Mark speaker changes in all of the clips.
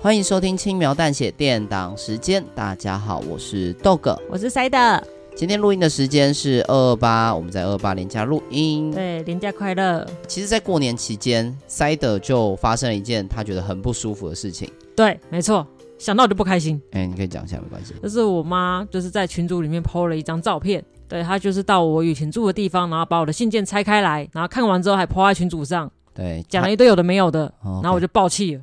Speaker 1: 欢迎收听轻描淡写电档时间，大家好，我是豆哥。
Speaker 2: 我是塞的，
Speaker 1: 今天录音的时间是二二八，我们在二二八连假录音。
Speaker 2: 对，廉价快乐，
Speaker 1: 其实，在过年期间，塞德就发生了一件他觉得很不舒服的事情。
Speaker 2: 对，没错，想到我就不开心。
Speaker 1: 哎，你可以讲一下，没关系。
Speaker 2: 就是我妈就是在群组里面 PO 了一张照片，对她就是到我以前住的地方，然后把我的信件拆开来，然后看完之后还 PO 在群组上，
Speaker 1: 对，
Speaker 2: 讲了一堆有的没有的，
Speaker 1: 然
Speaker 2: 然后我就爆气了。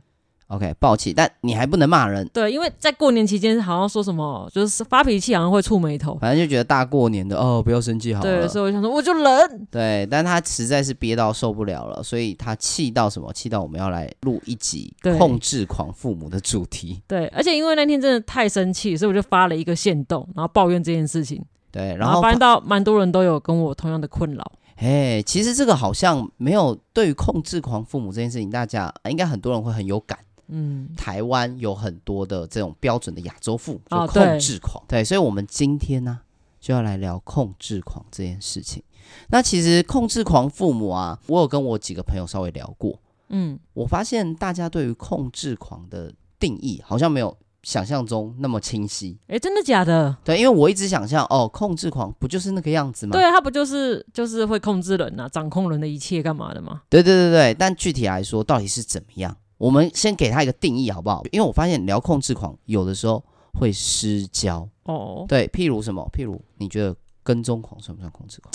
Speaker 1: OK 暴气，但你还不能骂人，
Speaker 2: 对，因为在过年期间好像说什么就是发脾气好像会触眉头，
Speaker 1: 反正就觉得大过年的哦，不要生气好
Speaker 2: 对，
Speaker 1: 了。
Speaker 2: 所以我想说我就忍，
Speaker 1: 对，但他实在是憋到受不了了，所以他气到什么？气到我们要来录一集
Speaker 2: 对
Speaker 1: 控制狂父母的主题。
Speaker 2: 对，而且因为那天真的太生气，所以我就发了一个限动，然后抱怨这件事情，
Speaker 1: 对，然
Speaker 2: 然后
Speaker 1: 后
Speaker 2: 发现到蛮多人都有跟我同样的困扰。
Speaker 1: 哎，其实这个好像没有对于控制狂父母这件事情，大家应该很多人会很有感。
Speaker 2: 嗯，
Speaker 1: 台湾有很多的这种标准的亚洲父母，就
Speaker 2: 哦
Speaker 1: 控制狂。对，所以我们今天呢、就要来聊控制狂这件事情。那其实控制狂父母啊，我有跟我几个朋友稍微聊过，
Speaker 2: 嗯，
Speaker 1: 我发现大家对于控制狂的定义好像没有想象中那么清晰。
Speaker 2: 诶，真的假的？
Speaker 1: 对，因为我一直想象哦，控制狂不就是那个样子吗？
Speaker 2: 对啊，他不就是就是会控制人呐、啊掌控人的一切干嘛的吗？
Speaker 1: 对对对对，但具体来说到底是怎么样，我们先给他一个定义好不好？因为我发现聊控制狂有的时候会失焦。
Speaker 2: 哦，
Speaker 1: 对，譬如什么？譬如你觉得跟踪狂算不算控制狂？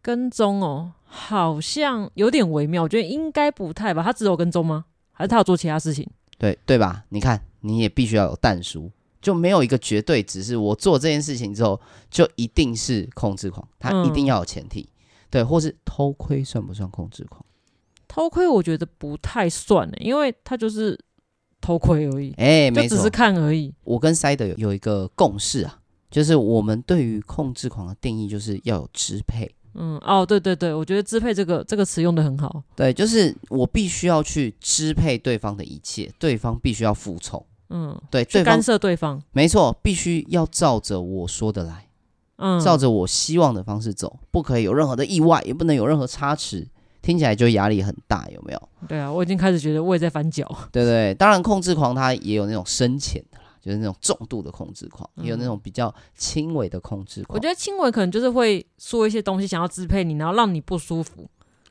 Speaker 2: 跟踪哦，好像有点微妙，我觉得应该不太吧？他只有跟踪吗？还是他有做其他事情？
Speaker 1: 对对吧？你看，你也必须要有淡熟，就没有一个绝对值，是我做这件事情之后就一定是控制狂，它一定
Speaker 2: 嗯
Speaker 1: 要有前提。对，或是偷窥算不算控制狂？
Speaker 2: 偷窥我觉得不太算呢，因为他就是偷窥而已，
Speaker 1: 哎，
Speaker 2: 就
Speaker 1: 没
Speaker 2: 只
Speaker 1: 错
Speaker 2: 是，看而已。
Speaker 1: 我跟塞德有有一个共识啊，就是我们对于控制狂的定义就是要有支配。
Speaker 2: 嗯，哦，对对对，我觉得支配这个这个词用的很好。
Speaker 1: 对，就是我必须要去支配对方的一切，对方必须要服从，
Speaker 2: 嗯，
Speaker 1: 对，
Speaker 2: 去
Speaker 1: 对
Speaker 2: 干
Speaker 1: 方
Speaker 2: 涉对方。
Speaker 1: 没错，必须要照着我说的来，
Speaker 2: 嗯，
Speaker 1: 照着我希望的方式走，不可以有任何的意外，也不能有任何差池，听起来就压力很大，有没有？
Speaker 2: 对啊，我已经开始觉得我也在翻 脚。
Speaker 1: 对对，当然控制狂他也有那种深浅的啦，就是那种重度的控制狂，也有那
Speaker 2: 嗯
Speaker 1: 种比较轻微的控制狂。
Speaker 2: 我觉得轻微可能就是会说一些东西想要支配你，然后让你不舒服。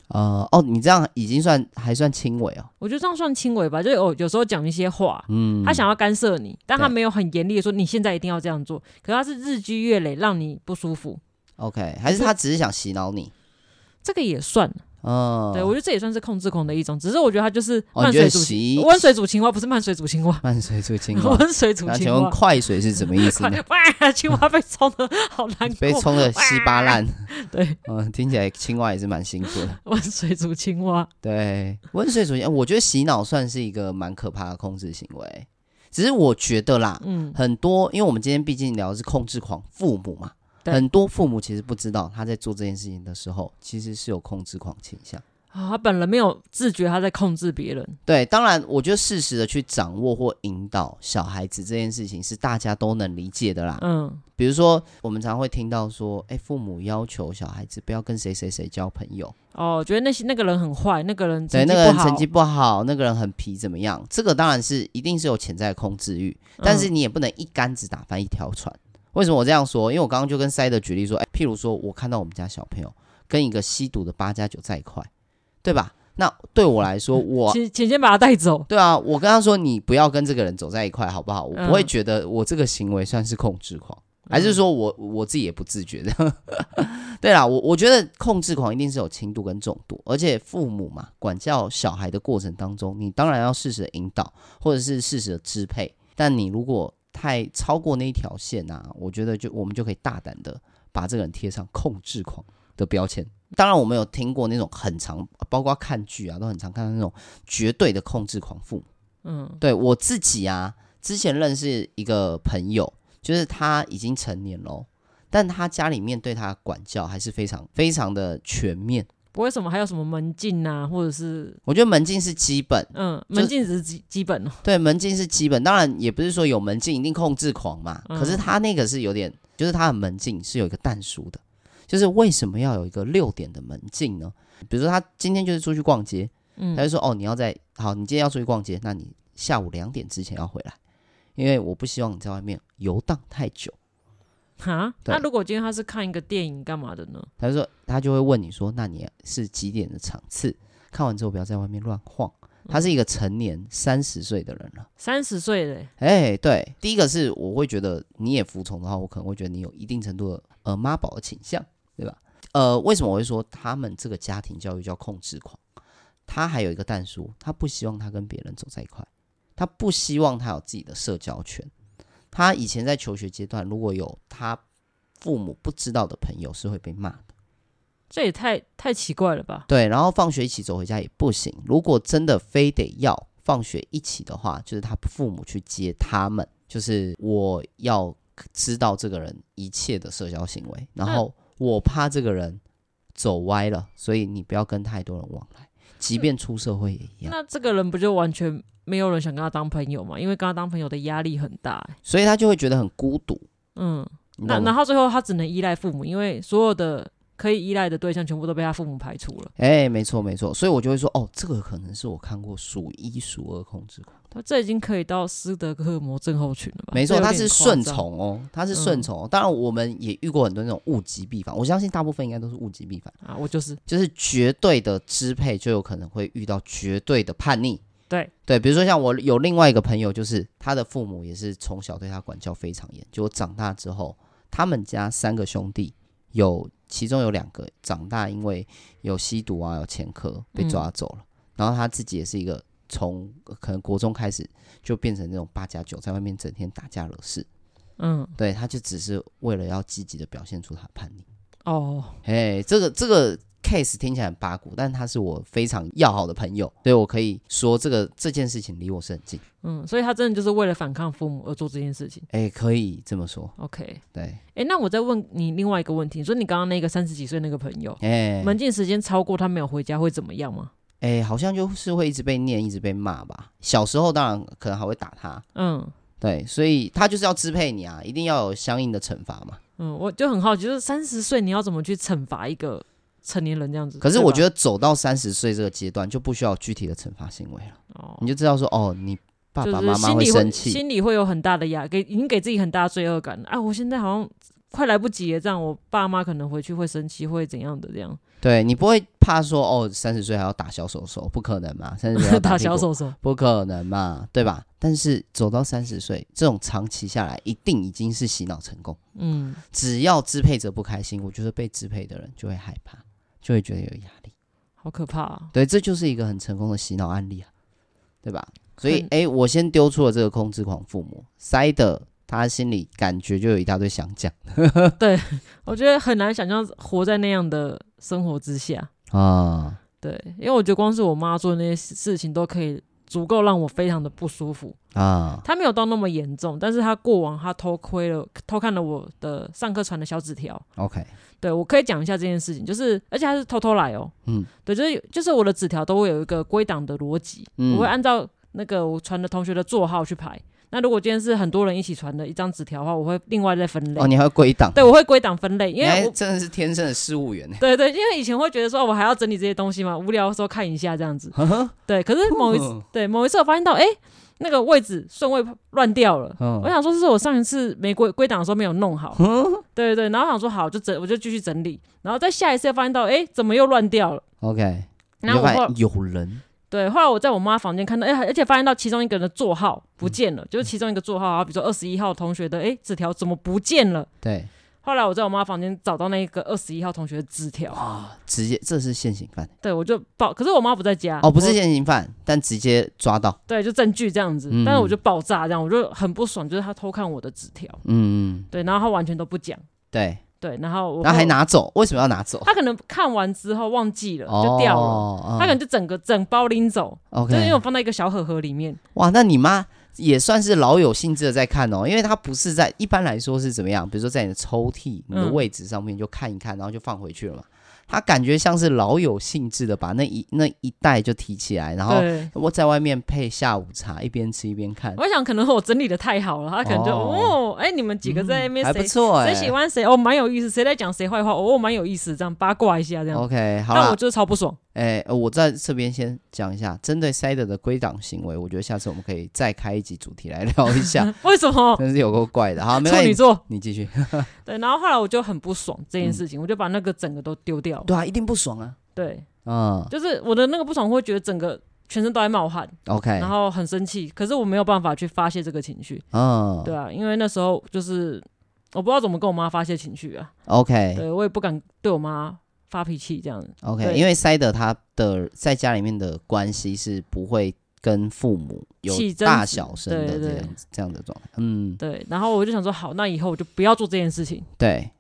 Speaker 1: 呃，哦，你这样已经算还算轻微哦，
Speaker 2: 我觉得这样算轻微吧，就有有时候讲一些话，
Speaker 1: 嗯，
Speaker 2: 他想要干涉你，但他
Speaker 1: 对
Speaker 2: 没有很严厉的说你现在一定要这样做，可是他是日积月累让你不舒服，
Speaker 1: OK，还是他只是想洗脑你？
Speaker 2: 这个也算，
Speaker 1: 嗯，
Speaker 2: 对我觉得这也算是控制狂的一种，只是我觉得他就是
Speaker 1: 哦，
Speaker 2: 慢
Speaker 1: 你觉
Speaker 2: 水
Speaker 1: 得
Speaker 2: 煮青，
Speaker 1: 洗
Speaker 2: 温水煮青蛙不是慢水煮青蛙，
Speaker 1: 慢水煮青 蛙？
Speaker 2: 温水煮
Speaker 1: 那
Speaker 2: 青
Speaker 1: 请问
Speaker 2: 蛙，
Speaker 1: 快水是什么意思
Speaker 2: 快
Speaker 1: 呢？
Speaker 2: 哇，青蛙被冲的好难
Speaker 1: 被
Speaker 2: 过，
Speaker 1: 冲的稀巴烂，
Speaker 2: 对，
Speaker 1: 嗯，听起来青蛙也是蛮辛苦的。
Speaker 2: 温水煮青蛙，
Speaker 1: 对，温水煮青蛙，我觉得洗脑算是一个蛮可怕的控制行为。只是我觉得啦，
Speaker 2: 嗯，
Speaker 1: 很多，因为我们今天毕竟聊的是控制狂父母嘛，
Speaker 2: 对
Speaker 1: 很多父母其实不知道他在做这件事情的时候，其实是有控制狂倾向。
Speaker 2: 啊，他本人没有自觉他在控制别人，
Speaker 1: 对，当然，我觉得适时的去掌握或引导小孩子这件事情是大家都能理解的啦。
Speaker 2: 嗯，
Speaker 1: 比如说，我们常会听到说，哎，父母要求小孩子不要跟谁谁谁交朋友，
Speaker 2: 哦，觉得那些那个人很坏，那个人成
Speaker 1: 对，
Speaker 2: 绩
Speaker 1: 那个人
Speaker 2: 不好，嗯
Speaker 1: 成绩不好，那个人很皮，怎么样？这个当然是一定是有潜在的控制欲，但是
Speaker 2: 嗯
Speaker 1: 你也不能一竿子打翻一条船。为什么我这样说？因为我刚刚就跟塞德举例说，哎，譬如说我看到我们家小朋友跟一个吸毒的八加九在一块，对吧？那对我来
Speaker 2: 嗯
Speaker 1: 说，我
Speaker 2: 请请先把他带走，
Speaker 1: 对啊，我跟他说你不要跟这个人走在一块，好不好？我不会
Speaker 2: 嗯
Speaker 1: 觉得我这个行为算是控制狂，还是说我我自己也不自觉的。 对啦，我我觉得控制狂一定是有轻度跟重度，而且父母嘛，管教小孩的过程当中，你当然要适时的引导，或者是适时的支配。但你如果太超过那一条线啊，我觉得就我们就可以大胆的把这个人贴上控制狂的标签。当然，我们有听过那种很长，包括看剧啊，都很常看到那种绝对的控制狂父母。
Speaker 2: 嗯。
Speaker 1: 对我自己啊，之前认识一个朋友，就是他已经成年喽，但他家里面对他的管教还是非常非常的全面。
Speaker 2: 不会什么还有什么门禁啊，或者是
Speaker 1: 我觉得门禁是基本，
Speaker 2: 嗯，
Speaker 1: 就是
Speaker 2: 门禁只是基基本哦。
Speaker 1: 对门禁是基本，当然也不是说有门禁一定控制狂嘛。
Speaker 2: 嗯
Speaker 1: 可是他那个是有点，就是他的门禁是有一个淡熟的，就是为什么要有一个六点的门禁呢？比如说他今天就是出去逛街，他
Speaker 2: 嗯
Speaker 1: 就说哦，你要在好，你今天要出去逛街，那你下午两点之前要回来，因为我不希望你在外面游荡太久。
Speaker 2: 哈，
Speaker 1: 对
Speaker 2: 那如果今天他是看一个电影干嘛的呢？
Speaker 1: 他就说他就会问你说，那你是几点的场次？看完之后不要在外面乱晃。他是一个成年三十岁的人了，
Speaker 2: 三十岁嘞，
Speaker 1: 哎，对，第一个是我会觉得你也服从的话，我可能会觉得你有一定程度的呃妈宝的倾向，对吧？呃，为什么我会说他们这个家庭教育叫控制狂？他还有一个蛋叔，他不希望他跟别人走在一块，他不希望他有自己的社交圈。他以前在求学阶段，如果有他父母不知道的朋友，是会被骂的。
Speaker 2: 这也太太奇怪了吧？
Speaker 1: 对，然后放学一起走回家也不行。如果真的非得要放学一起的话，就是他父母去接他们，就是我要知道这个人一切的社交行为，
Speaker 2: 嗯
Speaker 1: 然后我怕这个人走歪了，所以你不要跟太多人往来，即便出社会也一样。
Speaker 2: 那这个人不就完全没有人想跟他当朋友嘛？因为跟他当朋友的压力很大、欸
Speaker 1: 所以他就会觉得很孤独。
Speaker 2: 嗯，
Speaker 1: 你
Speaker 2: 那
Speaker 1: 懂吗？
Speaker 2: 然后最后他只能依赖父母，因为所有的可以依赖的对象全部都被他父母排除了。
Speaker 1: 哎，没错没错，所以我就会说，哦，这个可能是我看过数一数二控制狂，
Speaker 2: 他这已经可以到斯德哥尔摩症候群了吧？
Speaker 1: 没错，
Speaker 2: 这有
Speaker 1: 他
Speaker 2: 点
Speaker 1: 是
Speaker 2: 夸
Speaker 1: 顺
Speaker 2: 张，嗯
Speaker 1: 从哦，他是顺从哦、当然，我们也遇过很多那种物极必反，我相信大部分应该都是物极必反，
Speaker 2: 啊，我就是
Speaker 1: 就是绝对的支配就有可能会遇到绝对的叛逆。
Speaker 2: 对
Speaker 1: 对，比如说像我有另外一个朋友，就是他的父母也是从小对他管教非常严，结果长大之后，他们家三个兄弟有其中有两个长大因为有吸毒啊有前科被抓走了，然后他自己也是一个从呃可能国中开始就变成那种八加九，在外面整天打架惹事，
Speaker 2: 嗯
Speaker 1: 对，他就只是为了要积极的表现出他的叛逆。
Speaker 2: 哦，
Speaker 1: 哎，这个这个 case 听起来很八股，但他是我非常要好的朋友，所以我可以说这个这件事情离我是很近。
Speaker 2: 嗯，所以他真的就是为了反抗父母而做这件事情。
Speaker 1: 哎，可以这么说，
Speaker 2: OK，
Speaker 1: 对，
Speaker 2: 哎，那我再问你另外一个问题，你说你刚刚那个三十几岁那个朋友，
Speaker 1: 哎
Speaker 2: 门禁时间超过他没有回家会怎么样吗？
Speaker 1: 哎，好像就是会一直被念，一直被骂吧。小时候当然可能还会打他，
Speaker 2: 嗯。
Speaker 1: 对，所以他就是要支配你啊，一定要有相应的惩罚嘛。
Speaker 2: 嗯，我就很好奇，就是三十岁你要怎么去惩罚一个成年人这样子？
Speaker 1: 可是
Speaker 2: 对吧
Speaker 1: 我觉得走到三十岁这个阶段就不需要具体的惩罚行为了，
Speaker 2: 哦
Speaker 1: 你，就知道说哦，你爸
Speaker 2: 就
Speaker 1: 爸
Speaker 2: 是
Speaker 1: 妈妈
Speaker 2: 心里
Speaker 1: 生气，
Speaker 2: 心里会有很大的压，给已经给自己很大的罪恶感了啊！我现在好像快来不及了，这样我爸妈可能回去会生气，会怎样的这样？
Speaker 1: 对你不会怕说哦，三十岁还要打小手手，不可能嘛，三十岁要
Speaker 2: 打
Speaker 1: 屁股
Speaker 2: 小手手，
Speaker 1: 不可能嘛，对吧？但是走到三十岁，这种长期下来，一定已经是洗脑成功。
Speaker 2: 嗯，
Speaker 1: 只要支配者不开心，我觉得被支配的人就会害怕，就会觉得有压力。
Speaker 2: 好可怕、啊。
Speaker 1: 对，这就是一个很成功的洗脑案例啊，对吧？所以
Speaker 2: 很，
Speaker 1: 诶，我先丢出了这个控制狂父母，塞的他心里感觉就有一大堆想讲
Speaker 2: 我觉得很难想象活在那样的生活之下。
Speaker 1: 啊。
Speaker 2: 对，因为我觉得光是我妈做的那些事事情都可以足够让我非常的不舒服。
Speaker 1: 啊，
Speaker 2: 他没有到那么严重，但是他过往他偷窥了、偷看了我的上课传的小纸条。
Speaker 1: OK，
Speaker 2: 对我可以讲一下这件事情，就是而且他是偷偷来哦。
Speaker 1: 嗯，
Speaker 2: 对，就是就是我的纸条都会有一个归档的逻辑，
Speaker 1: 嗯
Speaker 2: 我会按照那个我传的同学的座号去排。那如果今天是很多人一起传的一张纸条的话，我会另外再分类。
Speaker 1: 哦，你还会归档，
Speaker 2: 对，我会归档分类，因
Speaker 1: 你还
Speaker 2: 为我。
Speaker 1: 真的是天生的事务 员呢。
Speaker 2: 对对，因为以前会觉得说，哦我还要整理这些东西嘛，无聊的时候看一下这样子。对，可是某一次，
Speaker 1: 嗯
Speaker 2: 对某一次我发现到，哎，那个位置顺位乱掉了。我
Speaker 1: 嗯
Speaker 2: 想说，是我上一次没归归档的时候没有弄好， 对对对，然后想说好就整，我就继续整理，然后在下一次发现到，哎，怎么又乱掉了？
Speaker 1: ，OK，你
Speaker 2: 然后
Speaker 1: 就
Speaker 2: 我
Speaker 1: 发
Speaker 2: 后
Speaker 1: 现有人
Speaker 2: 对，后来我在我妈房间看到，哎，而且发现到其中一个人的座号不
Speaker 1: 嗯
Speaker 2: 见了，就是其中一个座号，啊，比如说二十一号同学的，哎，纸条怎么不见了？
Speaker 1: 对
Speaker 2: 后来我在我妈房间找到那个二十一号同学的纸条，
Speaker 1: 啊，直接这是现行犯。
Speaker 2: 对我就爆，可是我妈不在家，
Speaker 1: 哦，不是
Speaker 2: 我，
Speaker 1: 现行犯，但直接抓到。
Speaker 2: 对，就证据这样子，
Speaker 1: 嗯
Speaker 2: 但是我就爆炸这样，我就很不爽，就是他偷看我的纸条，
Speaker 1: 嗯，嗯，
Speaker 2: 对，然后他完全都不讲，
Speaker 1: 对。
Speaker 2: 对，然后我
Speaker 1: 然后还拿走，为什么要拿走？
Speaker 2: 他可能看完之后忘记了，
Speaker 1: 哦，
Speaker 2: 就掉了。
Speaker 1: 嗯
Speaker 2: 他可能就整个整包拎走，就是因为我
Speaker 1: OK。
Speaker 2: 放在一个小盒盒里面。
Speaker 1: 哇，那你妈也算是老有兴致的在看哦，因为她不是在一般来说是怎么样，比如说在你的抽屉、你的
Speaker 2: 嗯
Speaker 1: 位置上面就看一看，然后就放回去了嘛。她感觉像是老有兴致的把那一那一袋就提起来，然后
Speaker 2: 对，
Speaker 1: 我在外面配下午茶，一边吃一边看，
Speaker 2: 我想可能我整理的太好了，他可能就
Speaker 1: 哦
Speaker 2: 哦，哎、你们几个在那边
Speaker 1: 还不
Speaker 2: 谁
Speaker 1: 错哎
Speaker 2: 谁。喜欢谁，哦，蛮有意思，谁在讲谁坏话，哦，蛮有意思，这样八卦一下这样。
Speaker 1: OK，好
Speaker 2: 但我
Speaker 1: 了，
Speaker 2: 就是超不爽，，
Speaker 1: 哎、呃我在这边先讲一下，针对 Side 的归档行为，我觉得下次我们可以再开一集主题来聊一下
Speaker 2: 为什么？
Speaker 1: 真是有够怪的。好，没
Speaker 2: 处
Speaker 1: 关
Speaker 2: 女
Speaker 1: 系，
Speaker 2: 座，
Speaker 1: 你继续。
Speaker 2: 对，然后后来我就很不爽这件事情，我就把那个整个都丢掉了。
Speaker 1: 对啊，一定不爽啊。
Speaker 2: 对，
Speaker 1: 嗯
Speaker 2: 就是我的那个不爽，会觉得整个全身都在冒汗，
Speaker 1: ，OK，
Speaker 2: 然后很生气，可是我没有办法去发泄这个情绪。
Speaker 1: 嗯，
Speaker 2: 对啊，因为那时候就是我不知道怎么跟我妈发泄情绪啊，
Speaker 1: ，OK，OK，
Speaker 2: 对我也不敢对我妈发脾气这样子。对
Speaker 1: 因为 Side 他的在家里面的关系是不会跟父母有
Speaker 2: 起争
Speaker 1: 大
Speaker 2: 执
Speaker 1: 小声的
Speaker 2: 对
Speaker 1: 这
Speaker 2: 对
Speaker 1: 样子这样的状态。嗯，
Speaker 2: 对，然后我就想说，好，那以后我就不要做这件事情。
Speaker 1: 对，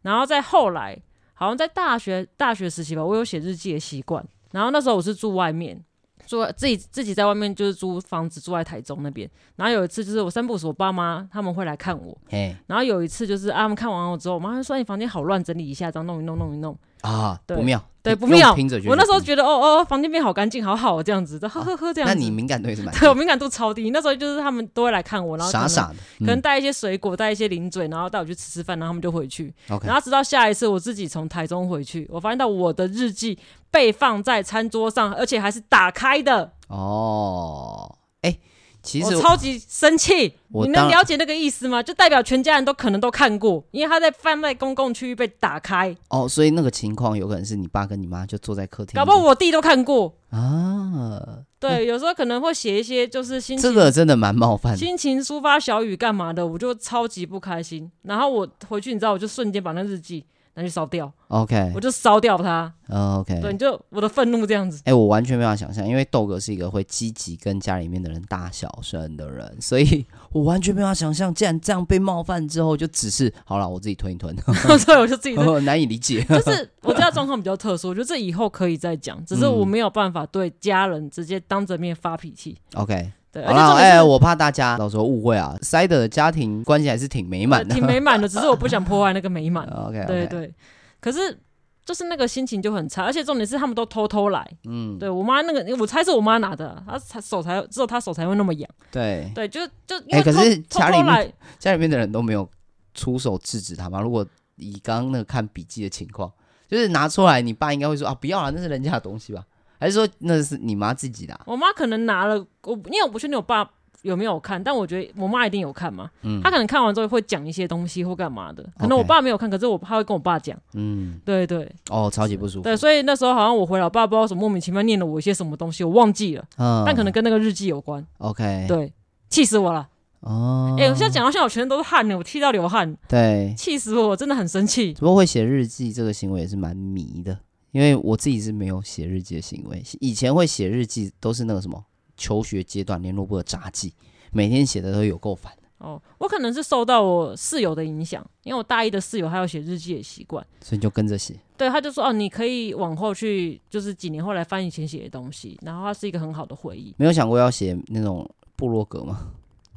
Speaker 2: 然后再后来，好像在大学大学时期吧，我有写日记的习惯。然后那时候我是住外面，住在自己自己在外面就是租房子，住在台中那边。然后有一次就是我三不五时，我爸妈他们会来看我。
Speaker 1: 嘿
Speaker 2: 然后有一次就是啊，他们看完我之后，我妈就说：“你房间好乱，整理一下，这样弄一弄，弄一弄。
Speaker 1: 啊，
Speaker 2: 对
Speaker 1: 不妙，
Speaker 2: 对
Speaker 1: 用
Speaker 2: 不妙
Speaker 1: 听着觉”得
Speaker 2: 我那时候
Speaker 1: 不妙
Speaker 2: 觉得哦哦，房间变好干净，好好这样子，呵呵呵这
Speaker 1: 哦
Speaker 2: 样
Speaker 1: 那
Speaker 2: 子。
Speaker 1: 你敏感度也是蛮
Speaker 2: 对我敏感度超低，那时候就是他们都会来看我，然后可
Speaker 1: 傻
Speaker 2: 能
Speaker 1: 傻嗯的，
Speaker 2: 可能带一些水果，带一些零嘴，然后带我去吃吃饭，然后他们就回去。
Speaker 1: OK，
Speaker 2: 然后直到下一次我自己从台中回去，我发现到我的日记被放在餐桌上，而且还是打开的，
Speaker 1: 哦，哎、其
Speaker 2: 我
Speaker 1: 实
Speaker 2: 超级生气。
Speaker 1: 我
Speaker 2: 你
Speaker 1: 当
Speaker 2: 能了解那个意思吗？就代表全家人都可能都看过，因为他在放在公共区域被打开，
Speaker 1: 哦，所以那个情况有可能是你爸跟你妈就坐在客厅，
Speaker 2: 搞不好我弟都看过。
Speaker 1: 啊，
Speaker 2: 对，有时候可能会写一些就是心
Speaker 1: 这
Speaker 2: 情
Speaker 1: 个真的蛮冒犯的。
Speaker 2: 心情抒发小雨干嘛的，我就超级不开心。然后我回去，你知道，我就瞬间把那日记拿去烧掉，
Speaker 1: OK，
Speaker 2: 我就烧掉它。
Speaker 1: 嗯
Speaker 2: 对，
Speaker 1: ，OK。
Speaker 2: 你就我的愤怒这样子。
Speaker 1: 哎、我完全没办法想象，因为豆哥是一个会积极跟家里面的人大小声的人，所以我完全没办法想象，竟然这样被冒犯之后，就只是好了，我自己吞一吞，
Speaker 2: 所以我就自己在，
Speaker 1: 难以理解。
Speaker 2: 就是我家状况比较特殊，我觉得这以后可以再讲。只是
Speaker 1: 嗯
Speaker 2: 我没有办法对家人直接当着面发脾气。
Speaker 1: OK，
Speaker 2: 对，
Speaker 1: 好
Speaker 2: 而且重
Speaker 1: 了，
Speaker 2: 点
Speaker 1: 哎、
Speaker 2: 是
Speaker 1: 我怕大家到时候误会啊，塞德的家庭关系还是挺美满的。
Speaker 2: 挺美满的，只是我不想破坏那个美满。
Speaker 1: OK，, o k
Speaker 2: 对对，可是。就是那个心情就很差，而且重点是他们都偷偷来。嗯，对我妈那个，我猜是我妈拿的，她才手才只有她手才会那么痒。
Speaker 1: 对
Speaker 2: 对，就就因
Speaker 1: 哎
Speaker 2: 为
Speaker 1: 可
Speaker 2: 偷
Speaker 1: 是
Speaker 2: 偷
Speaker 1: 家
Speaker 2: 偷
Speaker 1: 里面
Speaker 2: 来，
Speaker 1: 家里面的人都没有出手制止他吗？如果以刚刚那个看笔记的情况，就是拿出来，你爸应该会说啊，不要了，那是人家的东西吧？还是说那是你妈自己的啊、
Speaker 2: 我妈可能拿了我，因为我不确定我爸有没有看，但我觉得我妈一定有看嘛。她可能看完之后会讲一些东西或干嘛的，可能
Speaker 1: 嗯
Speaker 2: 我
Speaker 1: OK
Speaker 2: 爸没有看，可是我她会跟我爸讲。
Speaker 1: 嗯，
Speaker 2: 对对
Speaker 1: 哦，超级不舒服。
Speaker 2: 对，所以那时候好像我回来，我爸不知道什么莫名其妙念了我一些什么东西，我忘记了，
Speaker 1: 嗯，
Speaker 2: 但可能跟那个日记有关。
Speaker 1: OK，，
Speaker 2: 对，气死我了！
Speaker 1: 哎哦，
Speaker 2: 哎、我现在讲到现在，我全身都是汗呢，我气到流汗，
Speaker 1: 对，
Speaker 2: 气死我，我真的很生气。
Speaker 1: 只不过会写日记这个行为也是蛮迷的，因为我自己是没有写日记的行为，以前会写日记都是那个什么求学阶段联络部的杂记，每天写的都有够烦，
Speaker 2: 哦，我可能是受到我室友的影响，因为我大一的室友还有写日记的习惯。
Speaker 1: 所以就跟着写。
Speaker 2: 对，他就说哦，你可以往后去，就是几年后来翻以前写的东西，然后它是一个很好的回忆。
Speaker 1: 没有想过要写那种部落格吗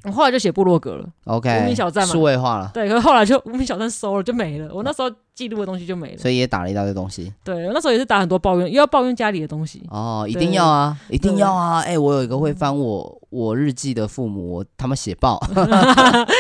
Speaker 2: 我后来就写部落格了，
Speaker 1: ？OK，
Speaker 2: 无名小站嘛
Speaker 1: 数位化了，
Speaker 2: 对，可是后来就无名小站收了，就没了。我那时候记录的东西就没了。
Speaker 1: 所以也打了一大堆东西。
Speaker 2: 对，我那时候也是打很多抱怨，又要抱怨家里的 东西。
Speaker 1: 哦，一
Speaker 2: 对
Speaker 1: 定要啊，一定要啊！哎、我有一个会翻我我日记的父母，我他妈写 爆，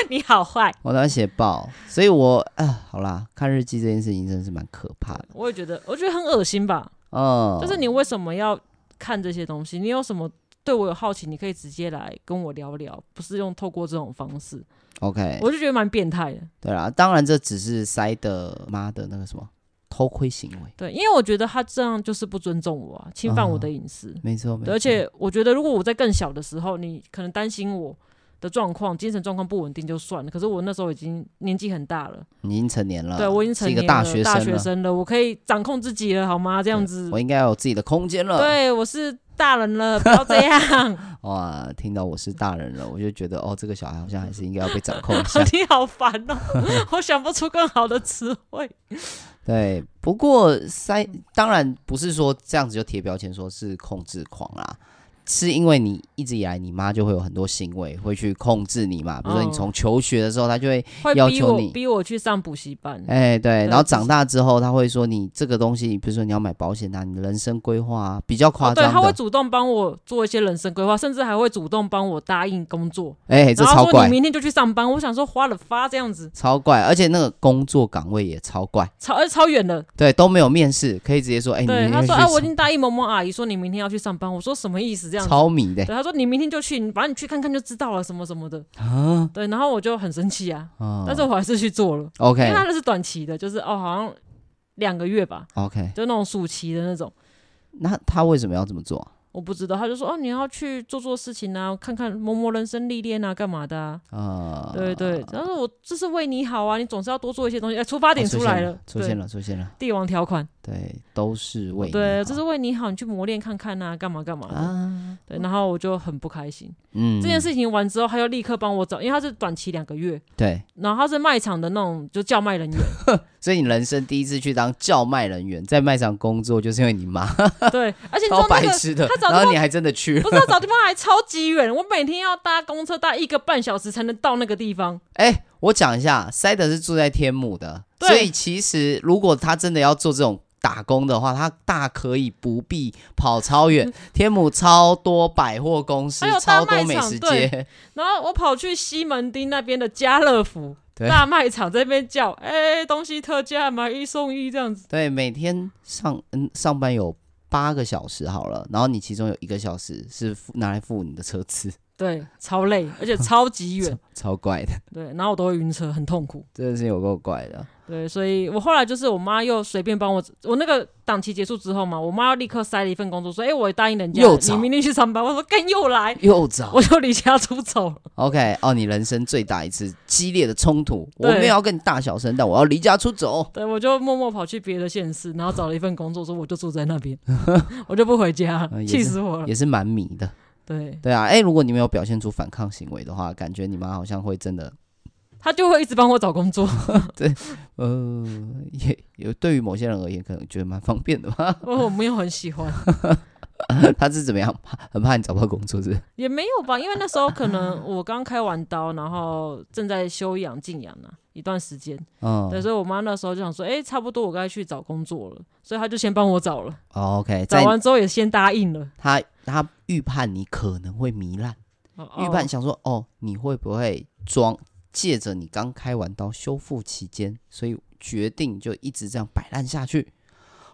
Speaker 2: 你好坏，
Speaker 1: 我他妈写爆，所以我啊、好啦，看日记这件事情真的是蛮可怕的。
Speaker 2: 我也觉得，我觉得很恶心吧。
Speaker 1: 嗯，
Speaker 2: 就是你为什么要看这些东西？你有什么对我有好奇，你可以直接来跟我聊聊，不是用透过这种方式，
Speaker 1: OK，
Speaker 2: 我就觉得蛮变态的。
Speaker 1: 对啦，当然这只是塞的妈的那个什么偷窥行为，
Speaker 2: 对，因为我觉得他这样就是不尊重我啊，侵犯我的隐私。
Speaker 1: 没错，嗯没
Speaker 2: 对
Speaker 1: 错
Speaker 2: 而且我觉得，如果我在更小的时候，你可能担心我的状况，精神状况不稳定就算了。可是我那时候已经年纪很大了，
Speaker 1: 你已经成年了，
Speaker 2: 对我已经成
Speaker 1: 啊是一
Speaker 2: 年
Speaker 1: 个
Speaker 2: 了，
Speaker 1: 大学
Speaker 2: 大
Speaker 1: 生了，
Speaker 2: 了，我可以掌控自己了，好吗？这样子
Speaker 1: 我，应该有自己的空间了。
Speaker 2: 对我是大人了，不要这样，。
Speaker 1: 哇，听到我是大人了，我就觉得哦，这个小孩好像还是应该要被掌控一下
Speaker 2: 你好烦哦、 我想不出更好的词汇。
Speaker 1: 对，不过塞当然不是说这样子就贴标签说是控制狂啦，是因为你一直以来你妈就会有很多行为会去控制你嘛，比如说你
Speaker 2: 哦
Speaker 1: 从求学的时候，她就会
Speaker 2: 会
Speaker 1: 要
Speaker 2: 逼
Speaker 1: 求
Speaker 2: 我
Speaker 1: 你
Speaker 2: 逼我去上补习班。
Speaker 1: 哎、对，然后
Speaker 2: 就是
Speaker 1: 长大之后他会说你这个东西，比如说你要买保险啊，你的人生规划啊，比较夸
Speaker 2: 哦，对，
Speaker 1: 张
Speaker 2: 他会
Speaker 1: 的，
Speaker 2: 主动帮我做一些人生规划，甚至还会主动帮我答应工作，
Speaker 1: 哎、这
Speaker 2: 然
Speaker 1: 超
Speaker 2: 后说
Speaker 1: 怪
Speaker 2: 你，明天就去上班。我想说花了发这样子，
Speaker 1: 超怪，而且那个工作岗位也超怪，
Speaker 2: 超呃超远了。
Speaker 1: 对，都没有面试，可以直接说，哎、你
Speaker 2: 对，
Speaker 1: 明
Speaker 2: 他
Speaker 1: 天去
Speaker 2: 说啊，我
Speaker 1: 上
Speaker 2: 已经答应某某阿姨说你明天要去上班。我说什么意思这样子？
Speaker 1: 超迷的、
Speaker 2: 对，他说你明天就去，你反正你去看看就知道了，什么什么的。
Speaker 1: 啊，
Speaker 2: 对，然后我就很生气啊，
Speaker 1: 嗯
Speaker 2: 但是我还是去做了，因为
Speaker 1: ，OK
Speaker 2: 他那是短期的，就是哦，好像两个月吧，
Speaker 1: OK，
Speaker 2: 就那种暑期的那种。
Speaker 1: 那他为什么要这么做啊？
Speaker 2: 我不知道，他就说哦，你要去做做事情啊，看看摸摸人生历练啊，干嘛的啊？
Speaker 1: 啊
Speaker 2: 对对，然后我这是为你好啊，你总是要多做一些东西。哎，出发点
Speaker 1: 哦
Speaker 2: 出来
Speaker 1: 了，出现
Speaker 2: 对，
Speaker 1: 了，出哎现了，
Speaker 2: 帝王条款，
Speaker 1: 对，都是为你
Speaker 2: 对，这
Speaker 1: 好
Speaker 2: 是为你好，你去磨练看看啊，干嘛干嘛的
Speaker 1: 啊，
Speaker 2: 对，然后我就很不开心。
Speaker 1: 嗯，
Speaker 2: 这件事情完之后，他又立刻帮我找，因为他是短期两个月，
Speaker 1: 对，
Speaker 2: 然后他是卖场的那种就叫卖人 员，
Speaker 1: 所以你人生第一次去当叫卖人员，在卖场工作，就是因为你妈。
Speaker 2: 对，而且哎你知
Speaker 1: 超
Speaker 2: 道那
Speaker 1: 白
Speaker 2: 个
Speaker 1: 痴的
Speaker 2: 他，找
Speaker 1: 然后你还真的去了
Speaker 2: 不。知道找地方还超级远，我每天要搭公车搭一个半小时才能到那个地方。
Speaker 1: 哎、我讲一下，塞德是住在天母的，
Speaker 2: 对
Speaker 1: 所以其实如果他真的要做这种打工的话，他大可以不必跑超 远。天母超多百货公司
Speaker 2: 还有，大
Speaker 1: 超
Speaker 2: 卖
Speaker 1: 多
Speaker 2: 场
Speaker 1: 美食街，
Speaker 2: 然后我跑去西门町那边的家乐福
Speaker 1: 对
Speaker 2: 大卖场这边叫，哎、东西特价买一送一这样子。
Speaker 1: 对，每天上嗯上班有八个小时好了，然后你其中有一个小时是付拿来付你的车资，。
Speaker 2: 对，超累，而且超级远
Speaker 1: 超怪的，
Speaker 2: 对，然后我都会晕车，很痛苦。
Speaker 1: 真的是有够怪的。
Speaker 2: 对，所以我后来就是我妈又随便帮我，我那个档期结束之后嘛，我妈又立刻塞了一份工作，说：“哎、我答应人家
Speaker 1: 又，
Speaker 2: 你
Speaker 1: 找
Speaker 2: 明天去上班。”我说：“干又来。
Speaker 1: 又”早
Speaker 2: 我就离家出走了。
Speaker 1: ，OK，哦，你人生最大一次激烈的冲突，我
Speaker 2: 对
Speaker 1: 没有要跟你大小声，但我要离家出走。
Speaker 2: 对，我就默默跑去别的县市，然后找了一份工作，说我就住在那 边，我就不回家了，
Speaker 1: 嗯也
Speaker 2: 气
Speaker 1: 是
Speaker 2: 死我了。
Speaker 1: 也是蛮迷的。
Speaker 2: 对，
Speaker 1: 对啊，哎、如果你没有表现出反抗行为的话，感觉你妈好像会真的，
Speaker 2: 他就会一直帮我找工作。
Speaker 1: 呃， 也有对于某些人而言，可能觉得蛮方便的 吧。
Speaker 2: 哦我我没有很喜欢，
Speaker 1: 她是怎么样？怕很怕你找不到工作是不是？
Speaker 2: 也没有吧，因为那时候可
Speaker 1: 嗯
Speaker 2: 能我刚开完刀，然后正在休养静养呢、一段时间，
Speaker 1: 嗯，
Speaker 2: 对，所以我妈那时候就想说，哎、差不多我该去找工作了，所以她就先帮我找了，
Speaker 1: 哦，OK，
Speaker 2: 找
Speaker 1: 在
Speaker 2: 完之后也先答应了，
Speaker 1: 她她预判你可能会糜烂，
Speaker 2: 哦
Speaker 1: 预判想说，哦，你会不会装？借着你刚开完刀修复期间，所以决定就一直这样摆烂下去。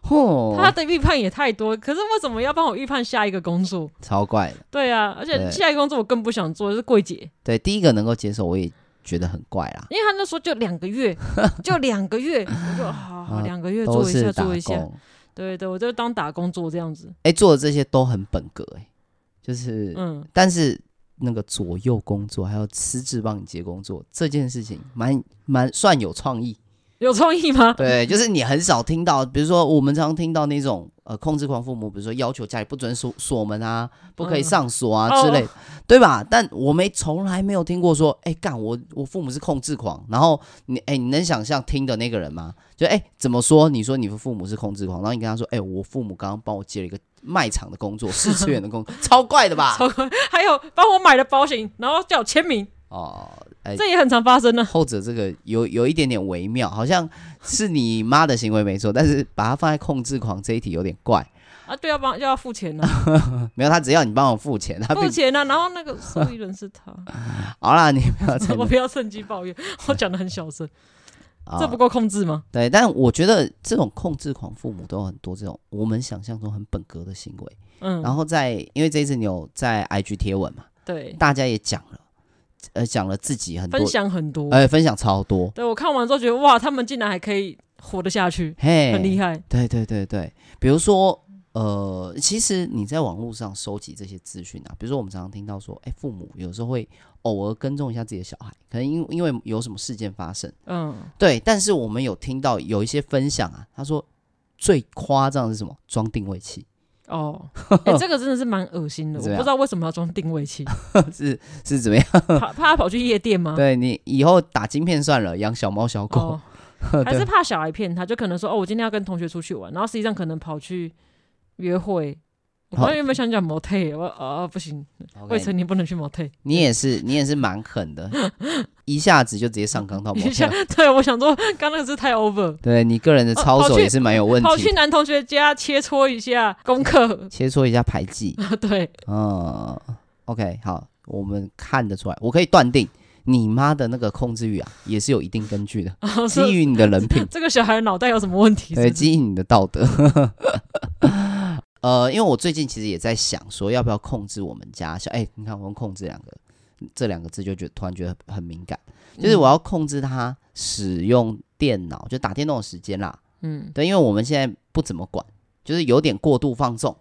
Speaker 2: 哦她
Speaker 1: 嚯，
Speaker 2: 的预判也太多，可是为什么要帮我预判下一个工 作？
Speaker 1: 超怪的。
Speaker 2: 对啊，而且
Speaker 1: 对
Speaker 2: 下一个工作我更不想做，是柜姐，
Speaker 1: 对，第一个能够接受，我也觉得很怪啦。
Speaker 2: 因为她那时候就两 个月，就两个月，我就好好
Speaker 1: 啊
Speaker 2: 两个月
Speaker 1: 都
Speaker 2: 做一
Speaker 1: 是
Speaker 2: 下
Speaker 1: 打
Speaker 2: 做一下，
Speaker 1: 工，
Speaker 2: 对对，我就当打工做这样子，
Speaker 1: 哎、做的这些都很本格、哎，就是，
Speaker 2: 嗯，
Speaker 1: 但是那个左右工作，还有私自帮你接工作这件事情蛮，蛮算有创意。
Speaker 2: 有创意 吗？
Speaker 1: 对，就是你很少听到，比如说我们常听到那种呃控制狂父母，比如说要求家里不准锁锁门啊，不可以
Speaker 2: 嗯
Speaker 1: 上锁啊、
Speaker 2: 哦
Speaker 1: 之类的，对吧？但我没从来没有听过说，哎、干我我父母是控制狂，然后你哎、你能想象听的那个人吗？就哎、怎么说？你说你的父母是控制狂，然后你跟他说，哎、我父母刚刚帮我接了一个卖场的工作，试吃员的工 作，超怪的吧？
Speaker 2: 超快，还有帮我买了保险，然后叫我签名，
Speaker 1: 哦，哎、
Speaker 2: 这也很常发生啊呢、
Speaker 1: 后者这个有有一点点微妙，好像是你妈的行为没错，但是把它放在控制狂这一题有点怪。
Speaker 2: 啊。对啊，帮要要付钱呢、
Speaker 1: 没有，他只要你帮我付 钱，他
Speaker 2: 付
Speaker 1: 并
Speaker 2: 钱呢、然后那
Speaker 1: 啊
Speaker 2: 个受益人是他，
Speaker 1: 好啦，你不要
Speaker 2: 我
Speaker 1: 这
Speaker 2: 不要趁机抱怨， 我讲的很小声，这不
Speaker 1: 啊。
Speaker 2: 够控制吗？
Speaker 1: 对，但我觉得这种控制狂父母都有很多这种我们想象中很本格的行为。
Speaker 2: 嗯，
Speaker 1: 然后在因为这一次你有在 IG 贴文嘛，
Speaker 2: 对，
Speaker 1: 大家也讲了，呃，讲了自己很多
Speaker 2: 分，享很多。
Speaker 1: 呃，分享超多，
Speaker 2: 对我看完之后觉得哇，他们竟然还可以活得下去，
Speaker 1: 嘿，
Speaker 2: 很厉害。
Speaker 1: 对对对对，比如说，呃，其实你在网络上收集这些资讯啊，比如说我们常常听到说，哎，父母有时候会偶尔跟踪一下自己的小孩，可能因因为有什么事件发生，
Speaker 2: 嗯，
Speaker 1: 对。但是我们有听到有一些分享啊，他说最夸张的是什么？装定位器，
Speaker 2: 哦，哎这个真的是蛮恶心的，我
Speaker 1: 怎样
Speaker 2: 不知道为什么要装定 位器，
Speaker 1: 是是怎么样？
Speaker 2: 怕怕他跑去夜店吗？
Speaker 1: 对你以后打晶片算了，养小猫小狗
Speaker 2: 哦，
Speaker 1: 啊
Speaker 2: 还是怕小孩骗他，就可能说哦，我今天要跟同学出去玩，然后实际上可能跑去约会，我刚原本想讲 motel，我啊不行，未
Speaker 1: OK，
Speaker 2: 成年不能去 motel。
Speaker 1: 你也是你也是蛮狠的，一下子就直接上纲到某
Speaker 2: 一下
Speaker 1: 项。，
Speaker 2: 对我想说，刚那个是太 over，
Speaker 1: 对你个人的
Speaker 2: 哦
Speaker 1: 操
Speaker 2: 跑
Speaker 1: 守
Speaker 2: 去
Speaker 1: 也是蛮有问
Speaker 2: 跑
Speaker 1: 题
Speaker 2: 去
Speaker 1: 的，
Speaker 2: 男同学家切磋一下功课。
Speaker 1: 切磋一下排技。
Speaker 2: 对，
Speaker 1: 嗯，OK，好，我们看得出来，我可以断定你妈的那个控制欲啊，也是有一定根据的，
Speaker 2: 然后说
Speaker 1: 基于你的人品，
Speaker 2: 这个小孩脑袋有什么问题？
Speaker 1: 对，
Speaker 2: 是不是
Speaker 1: 基于你的道德。 呃，因为我最近其实也在想说，要不要控制我们家小？哎、你看我用“控制”两个这两个字，就觉得突然觉得很很敏感，就是我要控制他使用电脑，就打电动的时间啦。
Speaker 2: 嗯
Speaker 1: 对，因为我们现在不怎么管，就是有点过度放纵，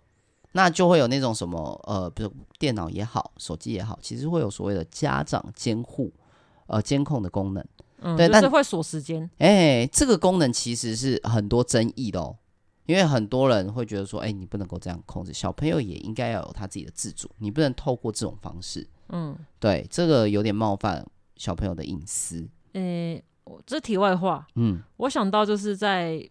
Speaker 1: 那就会有那种什么呃，比如电脑也好，手机也好，其实会有所谓的家长监护呃监控的功能。
Speaker 2: 嗯，
Speaker 1: 对
Speaker 2: 就是
Speaker 1: 但
Speaker 2: 会锁时间。
Speaker 1: 哎，这个功能其实是很多争议的哦，因为很多人会觉得说，哎，你不能够这样控制，小朋友也应该要有他自己的自主，你不能透过这种方式，
Speaker 2: 嗯，
Speaker 1: 对，这个有点冒犯小朋友的隐私。
Speaker 2: 诶，我这题外话，
Speaker 1: 嗯，
Speaker 2: 我想到就是在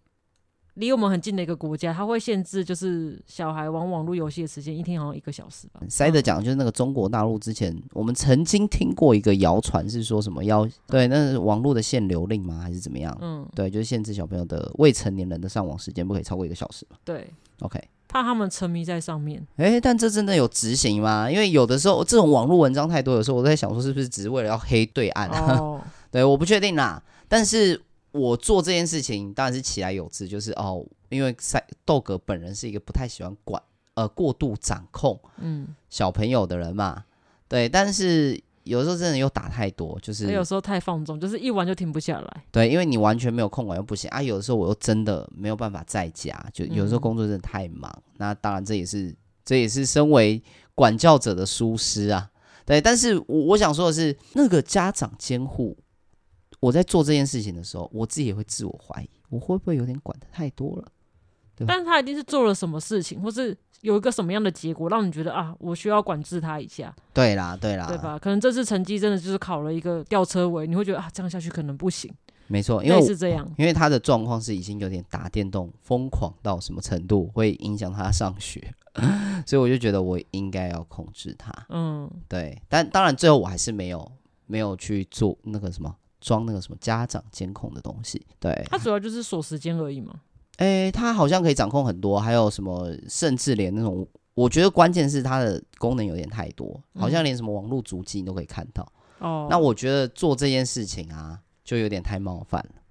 Speaker 2: 离我们很近的一个国家，它会限制就是小孩玩网络游戏的时间，一天好像一个小时吧。
Speaker 1: 塞德讲就是那个中国大陆之前，我们曾经听过一个谣传是说什么要对，那是网络的限流令吗？还是怎么样？
Speaker 2: 嗯，
Speaker 1: 对，就是限制小朋友的未成年人的上网时间不可以超过一个小时嘛。
Speaker 2: 对，
Speaker 1: OK，
Speaker 2: 怕他们沉迷在 上面。
Speaker 1: 哎，但这真的有执行吗？因为有的时候这种网络文章太多，有时候我在想说是不是只是为了要黑对岸、啊？
Speaker 2: 哦，
Speaker 1: 对，我不确定啦。但是我做这件事情当然是其来有志，就是哦，因为赛豆哥本人是一个不太喜欢管呃过度掌控
Speaker 2: 嗯，
Speaker 1: 小朋友的人嘛，对，但是。有时候真的又打太多，就
Speaker 2: 所以有
Speaker 1: 是
Speaker 2: 时候太放纵，就是一玩就停不下来。
Speaker 1: 对，因为你完全没有空管又不行啊。有的时候我又真的没有办法在家，就有时候
Speaker 2: 嗯
Speaker 1: 工作真的太忙。那当然这也是这也是身为管教者的疏失啊。对，但是我我想说的是，那个家长监护，我在做这件事情的时候，我自己也会自我怀疑，我会不会有点管的太多了？
Speaker 2: 但是他一定是做了什么事情，或是有一个什么样的结果，让你觉得啊，我需要管制他一下，
Speaker 1: 对啦，对啦，
Speaker 2: 对吧？可能这次成绩真的就是考了一个吊车尾，你会觉得啊，这样下去可能不行，
Speaker 1: 没错，因为
Speaker 2: 类
Speaker 1: 我
Speaker 2: 似这样。
Speaker 1: 因为他的状况是已经有点打电动疯狂到什么程度，会影响他上学， 所以我就觉得我应该要控制他。
Speaker 2: 嗯，
Speaker 1: 对，但当然最后我还是没有没有去做那个什么装那个什么家长监控的东西。对，
Speaker 2: 他主要就是锁时间而已嘛。
Speaker 1: 诶、它好像可以掌控很多，还有什么，甚至连那种，我觉得关键是它的功能有点太多，好像连什么网络足迹你都可以看到。
Speaker 2: 嗯哦，
Speaker 1: 那我觉得做这件事情啊，就有点太冒犯了。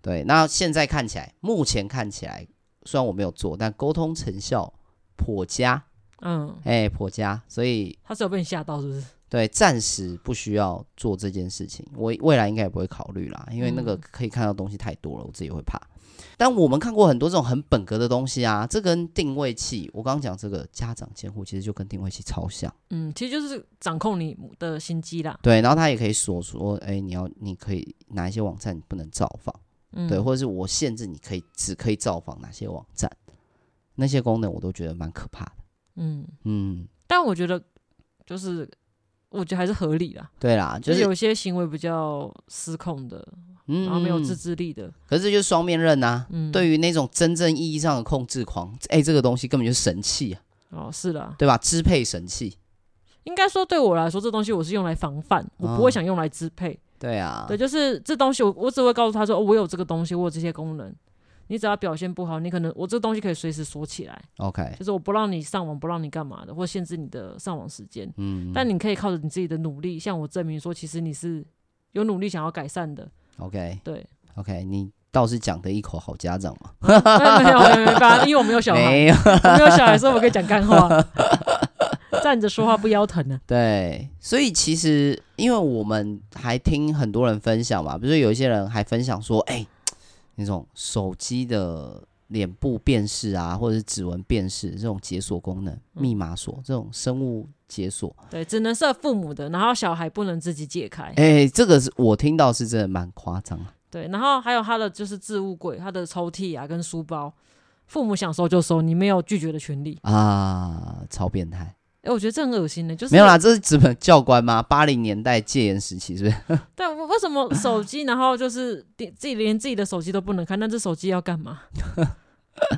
Speaker 1: 对，那现在看起来，目前看起来，虽然我没有做，但沟通成效颇佳，
Speaker 2: 嗯，
Speaker 1: 哎、颇佳，所以
Speaker 2: 他是有被你吓到是不是？
Speaker 1: 对，暂时不需要做这件事情，我未来应该也不会考虑啦，因为那个
Speaker 2: 嗯
Speaker 1: 可以看到东西太多了，我自己会怕。但我们看过很多这种很本格的东西啊，这跟定位器，我刚刚讲这个家长监护，其实就跟定位器超像。
Speaker 2: 嗯，其实就是掌控你的心机啦。
Speaker 1: 对，然后它也可以锁说，哎、你要你可以哪一些网站你不能造访，
Speaker 2: 嗯，
Speaker 1: 对，或者是我限制你可以只可以造访哪些网站，那些功能我都觉得蛮可怕的。
Speaker 2: 嗯，
Speaker 1: 嗯，
Speaker 2: 但我觉得就是，我觉得还是合理啦。
Speaker 1: 对啦，
Speaker 2: 就
Speaker 1: 就是是
Speaker 2: 有一些行为比较失控的，
Speaker 1: 嗯，
Speaker 2: 然后没有自制力的，
Speaker 1: 可是这就是双面刃啊呐、
Speaker 2: 嗯
Speaker 1: 对于那种真正意义上的控制狂，哎，这个东西根本就是神器啊，
Speaker 2: 哦，是啦，
Speaker 1: 对吧？支配神器，
Speaker 2: 应该说对我来说，这东西我是用来防范，我不会想用来支配。
Speaker 1: 对啊，
Speaker 2: 对，就是这东西我我只会告诉他说、哦我有这个东西，我有这些功能。你只要表现不好，你可能我这东西可以随时锁起来，
Speaker 1: ，OK，
Speaker 2: 就是我不让你上网，不让你干嘛的，或限制你的上网时间。
Speaker 1: 嗯，
Speaker 2: 但你可以靠着你自己的努力，向我证明说，其实你是有努力想要改善的。
Speaker 1: OK
Speaker 2: 对，
Speaker 1: OK，你倒是讲的一口好家长嘛，
Speaker 2: 没有没有没 有没办法，因为我没有小孩，
Speaker 1: 没有，
Speaker 2: 我没有小孩，所以我可以讲干话，站着说话不腰疼呢、
Speaker 1: 对，所以其实因为我们还听很多人分享嘛，比如说有一些人还分享说，哎，那种手机的脸部辨识啊，或者是指纹辨识这种解锁功能、
Speaker 2: 嗯
Speaker 1: 密码锁这种生物解锁，
Speaker 2: 对，只能设父母的，然后小孩不能自己解开。
Speaker 1: 哎，这个是我听到是真的蛮夸张啊。
Speaker 2: 对，然后还有他的就是置物柜、他的抽屉啊跟书包，父母想收就收，你没有拒绝的权利。
Speaker 1: 啊，超变态！
Speaker 2: 哎，我觉得这很恶心的、就是
Speaker 1: 没有啦，。这是日本教官吗？八零年代戒严时期是 不是？
Speaker 2: 但为为什么手机，然后就是连自己连自己的手机都不能看？那这手机要干嘛？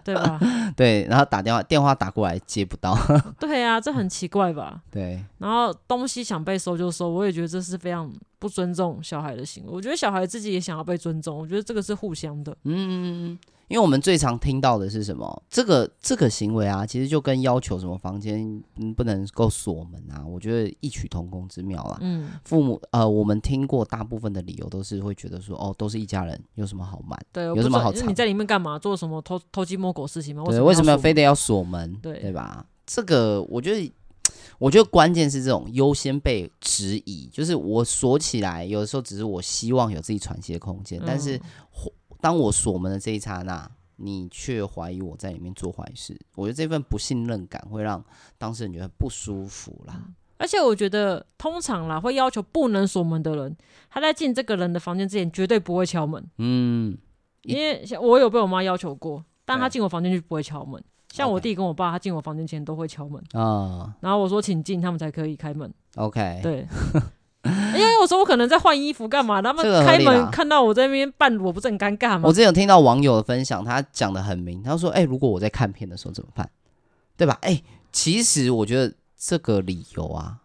Speaker 2: 对吧？
Speaker 1: 对，然后打电话电话打过来接不到，
Speaker 2: 对啊，这很奇怪吧？
Speaker 1: 对，
Speaker 2: 然后东西想被收就收，我也觉得这是非常不尊重小孩的行为。我觉得小孩自己也想要被尊重，我觉得这个是互相的。
Speaker 1: 嗯，因为我们最常听到的是什么？这个这个行为啊，其实就跟要求什么房间嗯不能够锁门啊，我觉得异曲同工之妙啦。
Speaker 2: 嗯，
Speaker 1: 父母呃，我们听过大部分的理由都是会觉得说，哦，都是一家人，有什么好瞒？
Speaker 2: 对，
Speaker 1: 有
Speaker 2: 我不
Speaker 1: 什么
Speaker 2: 知道
Speaker 1: 好
Speaker 2: 就是
Speaker 1: 藏
Speaker 2: 你在里面干嘛？做什么偷偷鸡摸狗事情吗？
Speaker 1: 对，
Speaker 2: 为
Speaker 1: 为什么
Speaker 2: 要
Speaker 1: 要
Speaker 2: 说
Speaker 1: 非得要锁门？
Speaker 2: 对
Speaker 1: 对吧？这个我觉得，我觉得关键是这种优先被质疑，就是我锁起来，有的时候只是我希望有自己喘息的空间，但
Speaker 2: 嗯
Speaker 1: 是当我锁门的这一刹那，你却怀疑我在里面做坏事，我觉得这份不信任感会让当事人觉得很不舒服啦。
Speaker 2: 而且我觉得，通常啦，会要求不能锁门的人，他在进这个人的房间之前，绝对不会敲门。
Speaker 1: 嗯，一
Speaker 2: 因为像我有被我妈要求过，但
Speaker 1: 对
Speaker 2: 她进我房间就不会敲门。像我
Speaker 1: OK
Speaker 2: 弟跟我爸，他进我房间前都会敲门，
Speaker 1: 啊、
Speaker 2: 然后我说请进，他们才可以开门。
Speaker 1: o k
Speaker 2: 对， 因为有时候我可能在换衣服干嘛，他们
Speaker 1: 这个合
Speaker 2: 开
Speaker 1: 理啦
Speaker 2: 门看到我在那边半裸，不是很尴尬
Speaker 1: 我
Speaker 2: 吗？
Speaker 1: 之前有听到网友的分享，他讲的很明，他说：“哎、如果我在看片的时候怎么办？对吧？”哎、其实我觉得这个理由啊，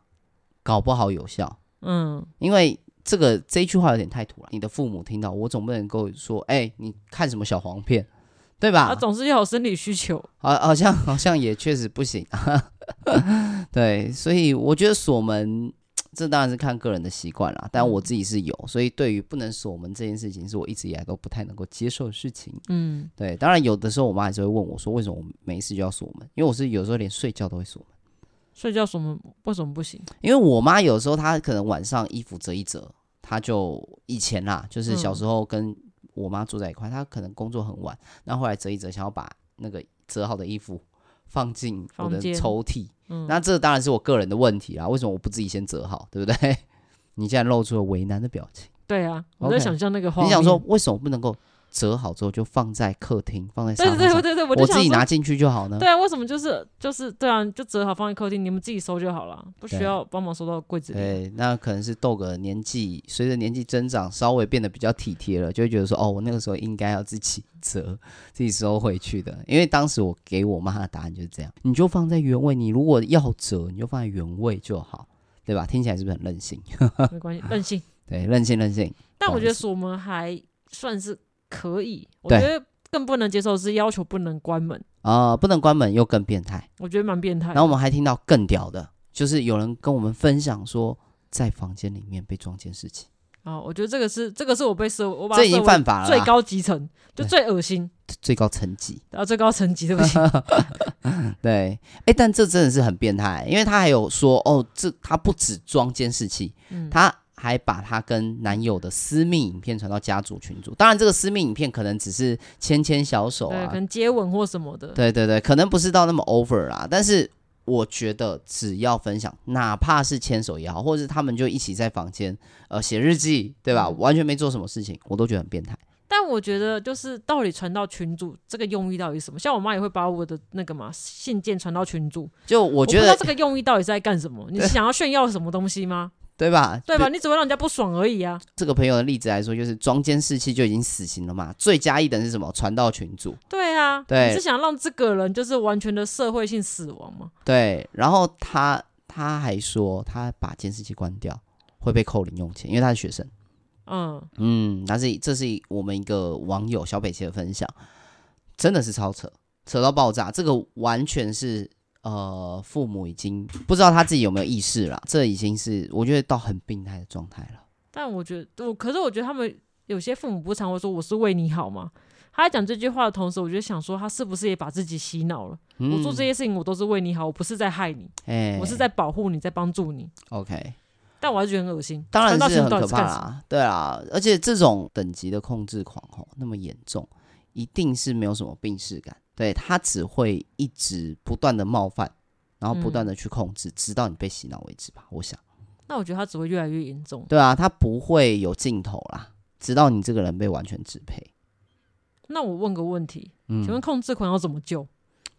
Speaker 1: 搞不好有效，
Speaker 2: 嗯，
Speaker 1: 因为这个这一句话有点太突然，你的父母听到，我总不能够说：“哎、你看什么小黄片？”对吧？
Speaker 2: 他啊总是要有生理需求。
Speaker 1: 好，好像好像也确实不行，啊对，所以我觉得锁门这当然是看个人的习惯啦，但我自己是有，所以对于不能锁门这件事情，是我一直以来都不太能够接受的事情。
Speaker 2: 嗯，
Speaker 1: 对，当然有的时候我妈还是会问我说，为什么我没事就要锁门？因为我是有时候连睡觉都会锁门，
Speaker 2: 睡觉什么为什么不行？
Speaker 1: 因为我妈有时候她可能晚上衣服折一折，她就以前啦，就是
Speaker 2: 嗯
Speaker 1: 小时候跟我妈住在一块，她可能工作很晚，那后来折一折，想要把那个折好的衣服放进我
Speaker 2: 房
Speaker 1: 的
Speaker 2: 间
Speaker 1: 抽屉，
Speaker 2: 嗯，
Speaker 1: 那这当然是我个人的问题啦，为什么我不自己先折好，对不对？ 你现在露出了为难的表情，
Speaker 2: 对啊，我在
Speaker 1: OK
Speaker 2: 想象那个画
Speaker 1: 你
Speaker 2: 面。
Speaker 1: 想说为什么不能够折好之后就放在客厅，放在沙
Speaker 2: 对？
Speaker 1: 发
Speaker 2: 对对
Speaker 1: 上，
Speaker 2: 对对，我
Speaker 1: 我
Speaker 2: 就想
Speaker 1: 自己
Speaker 2: 说
Speaker 1: 拿进去就好呢？
Speaker 2: 对啊，为什么就是就是对啊，就折好放在客厅，你们自己收就好了，不需
Speaker 1: 对
Speaker 2: 要帮忙收到柜子里。
Speaker 1: 对，那可能是豆哥年纪随着年纪增长，稍微变得比较体贴了，就会觉得说，哦，我那个时候应该要自己 折、自己收回去的。因为当时我给我妈的答案就是这样，你就放在原位，你如果要折，你就放在原位就好，对吧？听起来是不是很任性？
Speaker 2: 没关系，任性。
Speaker 1: 对，任性任性。
Speaker 2: 但我
Speaker 1: 不好
Speaker 2: 觉得
Speaker 1: 意思
Speaker 2: 锁门还算是可以，我觉
Speaker 1: 对
Speaker 2: 得更不能接受的是要求不能关门，
Speaker 1: 啊，不能关门又更变态。
Speaker 2: 我觉得蛮变态
Speaker 1: 然后
Speaker 2: 的。
Speaker 1: 我们还听到更屌的，就是有人跟我们分享说，在房间里面被撞监视器，
Speaker 2: 啊，我觉得这个是这个是我被设，我把它
Speaker 1: 这已
Speaker 2: 设
Speaker 1: 经
Speaker 2: 为
Speaker 1: 犯法了啦，
Speaker 2: 最高级层，
Speaker 1: 对
Speaker 2: 就
Speaker 1: 哦
Speaker 2: 最恶心，
Speaker 1: 最高层级。
Speaker 2: 然后最高层级，对不 起。
Speaker 1: 对，哎，但这真的是很变态，因为他还有说，哦，这他不止装监视器，
Speaker 2: 嗯，
Speaker 1: 他还把他跟男友的私密影片传到家族群组。当然，这个私密影片可能只是牵牵小手
Speaker 2: 对，
Speaker 1: 啊
Speaker 2: 可，能接吻或什么的。
Speaker 1: 对对对，可能不是到那么 over 啦，但是。我觉得只要分享，哪怕是牵手也好，或者是他们就一起在房间，呃，写日记，对吧？
Speaker 2: 嗯
Speaker 1: 完全没做什么事情，我都觉得很变态。
Speaker 2: 但我觉得就是到底传到群主这个用意到底是什么？像我妈也会把我的那个嘛信件传到群主，
Speaker 1: 就我
Speaker 2: 我
Speaker 1: 觉
Speaker 2: 不知道
Speaker 1: 得，
Speaker 2: 这个用意到底是在干什么？你是想要炫耀什么东西吗？
Speaker 1: 对吧？
Speaker 2: 对吧？你只会让人家不爽而已啊。
Speaker 1: 这个朋友的例子来说，就是装监视器就已经死刑了嘛，罪加一等是什么？传到群组。
Speaker 2: 对啊，
Speaker 1: 对
Speaker 2: 你是想让这个人就是完全的社会性死亡吗？
Speaker 1: 对，然后他他还说，他把监视器关掉会被扣零用钱，因为他是学生。
Speaker 2: 嗯，
Speaker 1: 嗯，但是这是我们一个网友小北切的分享，真的是超扯，扯到爆炸，这个完全是。呃，父母已经不知道他自己有没有意识了，这已经是我觉得到很病态的状态了。
Speaker 2: 但我觉得我，可是我觉得他们有些父母不是常会说我是为你好吗？他在讲这句话的同时，我就想说他是不是也把自己洗脑了？我做这些事情我都是为你好，我不是在害你，
Speaker 1: 嗯哎，
Speaker 2: 我是在保护你，在帮助你。
Speaker 1: OK，
Speaker 2: 但我还是觉得很恶心，
Speaker 1: 当然
Speaker 2: 传到群
Speaker 1: 是
Speaker 2: 组
Speaker 1: 很
Speaker 2: 到底
Speaker 1: 可
Speaker 2: 是
Speaker 1: 怕
Speaker 2: 干什么？嗯
Speaker 1: 啦，对啊，而且这种等级的控制狂吼那么严重，一定是没有什么病逝感，对他只会一直不断的冒犯，然后不断的去控制，直到你被洗脑为止吧，
Speaker 2: 嗯
Speaker 1: 我想，
Speaker 2: 那我觉得他只会越来越严重。
Speaker 1: 对啊，他不会有尽头啦，直到你这个人被完全支配。
Speaker 2: 那我问个问题，请问
Speaker 1: 嗯，
Speaker 2: 控制狂要怎么救？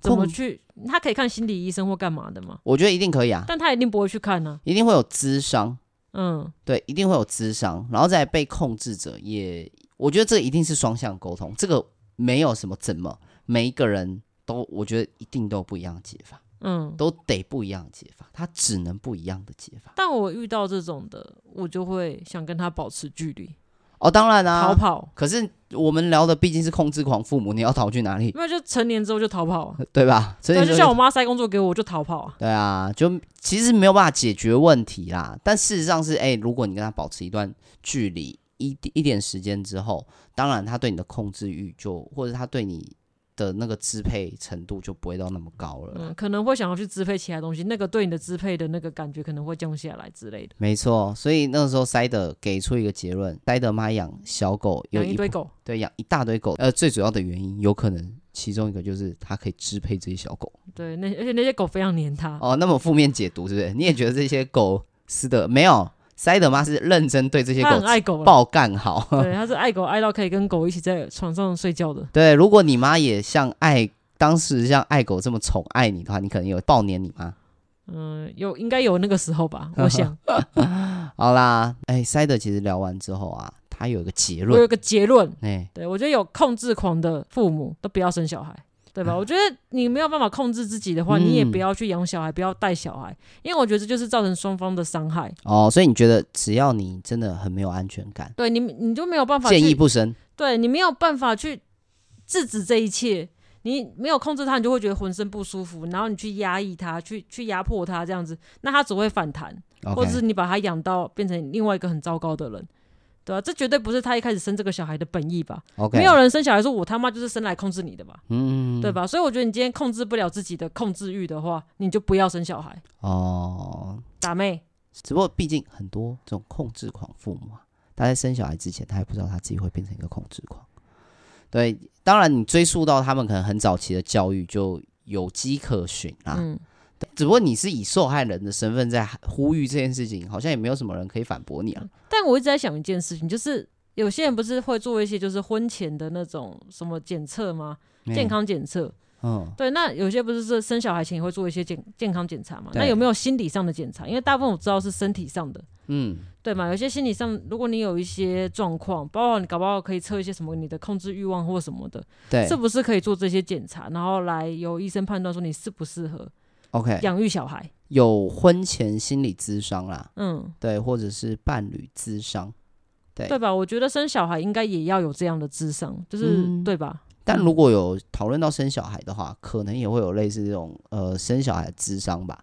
Speaker 2: 怎么
Speaker 1: 控
Speaker 2: 去？他可以看心理医生或干嘛的吗？
Speaker 1: 我觉得一定可以啊，
Speaker 2: 但他一定不会去看呢、
Speaker 1: 一定会有智商，
Speaker 2: 嗯，
Speaker 1: 对，一定会有智商，然后再被控制者也，我觉得这一定是双向沟通，这个没有什么怎么每一个人都，我觉得一定都有不一样的解法，
Speaker 2: 嗯，
Speaker 1: 都得不一样的解法，他只能不一样的解法。
Speaker 2: 但我遇到这种的，我就会想跟他保持距离，
Speaker 1: 哦，当然
Speaker 2: 逃
Speaker 1: 啊，
Speaker 2: 跑，
Speaker 1: 可是我们聊的毕竟是控制狂父母，你要逃去哪里，
Speaker 2: 因为就成年之后就逃跑啊。
Speaker 1: 对吧？所以
Speaker 2: 对，
Speaker 1: 你
Speaker 2: 就像我妈塞工作给我，我就逃跑啊。
Speaker 1: 对啊，就其实没有办法解决问题啦。但事实上是，哎、如果你跟他保持一段距离，一点一点时间之后，当然他对你的控制欲就，或者他对你的那个支配程度就不会到那么高了啦。
Speaker 2: 嗯，可能会想要去支配其他东西，那个对你的支配的那个感觉可能会降下来之类的。
Speaker 1: 没错，所以那个时候塞德给出一个结论：塞德妈养小狗有
Speaker 2: 养
Speaker 1: 一
Speaker 2: 一堆狗，
Speaker 1: 对养一大堆狗，呃，最主要的原因有可能其中一个就是他可以支配这些小狗。
Speaker 2: 对，那而且那些狗非常黏它。
Speaker 1: 哦，那么负面解读是不是？你也觉得这些狗是的没有？塞德妈是认真对这些
Speaker 2: 它
Speaker 1: 狗哦
Speaker 2: 很 爱狗啦，啊
Speaker 1: 爆干好。
Speaker 2: 对，它是爱狗爱到可以跟狗一起在床上睡觉的。
Speaker 1: 对，如果你妈也像爱当时像爱狗这么宠爱你的话，你可能有暴撵你妈。
Speaker 2: 嗯，有应该有那个时 候吧，我想。
Speaker 1: 好啦，哎，塞德其实聊完之后啊，他有一个结
Speaker 2: 我有
Speaker 1: 论，
Speaker 2: 个结论，
Speaker 1: 哎，
Speaker 2: 对我觉得有控制狂的父母都不要生小孩，对吧？我觉得你没有办法控制自己的话，
Speaker 1: 嗯
Speaker 2: 你也不要去养小孩，不要带小孩，因为我觉得这就是造成双方的伤害。
Speaker 1: 哦，所以你觉得只要你真的很没有安全感，
Speaker 2: 对你，你就没有办法
Speaker 1: 建议
Speaker 2: 去，
Speaker 1: 不生。
Speaker 2: 对你没有办法去制止这一切。你没有控制它，你就会觉得浑身不舒服，然后你去压抑它，去去压迫它，这样子，那它只会反弹。或者是
Speaker 1: OK，
Speaker 2: 你把他养到变成另外一个很糟糕的人，对啊吧、这绝对不是他一开始生这个小孩的本意吧？
Speaker 1: OK，
Speaker 2: 没有人生小孩说我他妈就是生来控制你的吧，
Speaker 1: 啊嗯，嗯，嗯
Speaker 2: 对？吧？所以我觉得你今天控制不了自己的控制欲的话，你就不要生小孩，
Speaker 1: 哦，
Speaker 2: 打妹。
Speaker 1: 只不过毕竟很多这种控制狂父母啊，他在生小孩之前，他还不知道他自己会变成一个控制狂。对，当然你追溯到他们可能很早期的教育就有迹可循啊啦、
Speaker 2: 嗯，
Speaker 1: 只不过你是以受害人的身份在呼吁这件事情，好像也没有什么人可以反驳你啊。
Speaker 2: 但我一直在想一件事情，就是有些人不是会做一些就是婚前的那种什么检测吗？健，康检测，
Speaker 1: 嗯，
Speaker 2: 对，那有些不是说生小孩前也会做一些健健康检查嘛？
Speaker 1: 对
Speaker 2: 那有没有心理上的检查？因为大部分我知道是身体上的，
Speaker 1: 嗯，
Speaker 2: 对嘛？有些心理上，如果你有一些状况，包括你搞不好可以测一些什么你的控制欲望或什么的，
Speaker 1: 对
Speaker 2: 是不是可以做这些检查，然后来由医生判断说你适不适合
Speaker 1: ，OK，
Speaker 2: 养育小孩？
Speaker 1: 有婚前心理咨商啦，
Speaker 2: 嗯，
Speaker 1: 对，或者是伴侣咨商，对
Speaker 2: 对吧？我觉得生小孩应该也要有这样的智商，就是、
Speaker 1: 嗯
Speaker 2: 对吧？
Speaker 1: 但如果有讨论到生小孩的话，可能也会有类似这种呃生小孩的智商吧。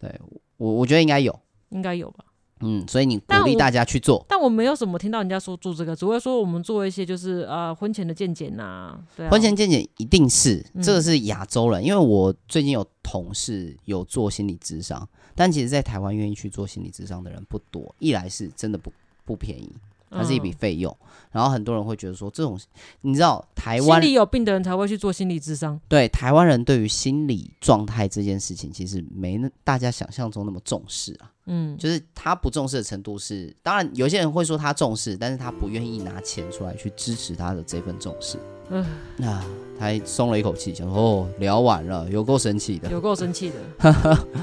Speaker 1: 对我，我觉得应该有。
Speaker 2: 应该有吧？
Speaker 1: 嗯，所以你鼓
Speaker 2: 但
Speaker 1: 励
Speaker 2: 我
Speaker 1: 大家去做。
Speaker 2: 但我没有什么听到人家说做这个，只会说我们做一些就是呃婚前的健检呐、对、啊，
Speaker 1: 婚前健检一定是，
Speaker 2: 嗯
Speaker 1: 这个是亚洲人，因为我最近有同事有做心理智商，但其实，在台湾愿意去做心理智商的人不多。一来是真的不不便宜，它是一笔
Speaker 2: 嗯
Speaker 1: 费用，然后很多人会觉得说，这种你知道台
Speaker 2: 心
Speaker 1: 湾
Speaker 2: 理有病的人才会去做心理智商，
Speaker 1: 对台湾人对于心理状态这件事情，其实没那大家想象中那么重视啊。
Speaker 2: 嗯，
Speaker 1: 就是他不重视的程度是，当然有些人会说他重视，但是他不愿意拿钱出来去支持他的这份重视。
Speaker 2: 唉
Speaker 1: 那、他松了一口气，想说哦，聊完了，有够神奇的。
Speaker 2: 有够生气 的。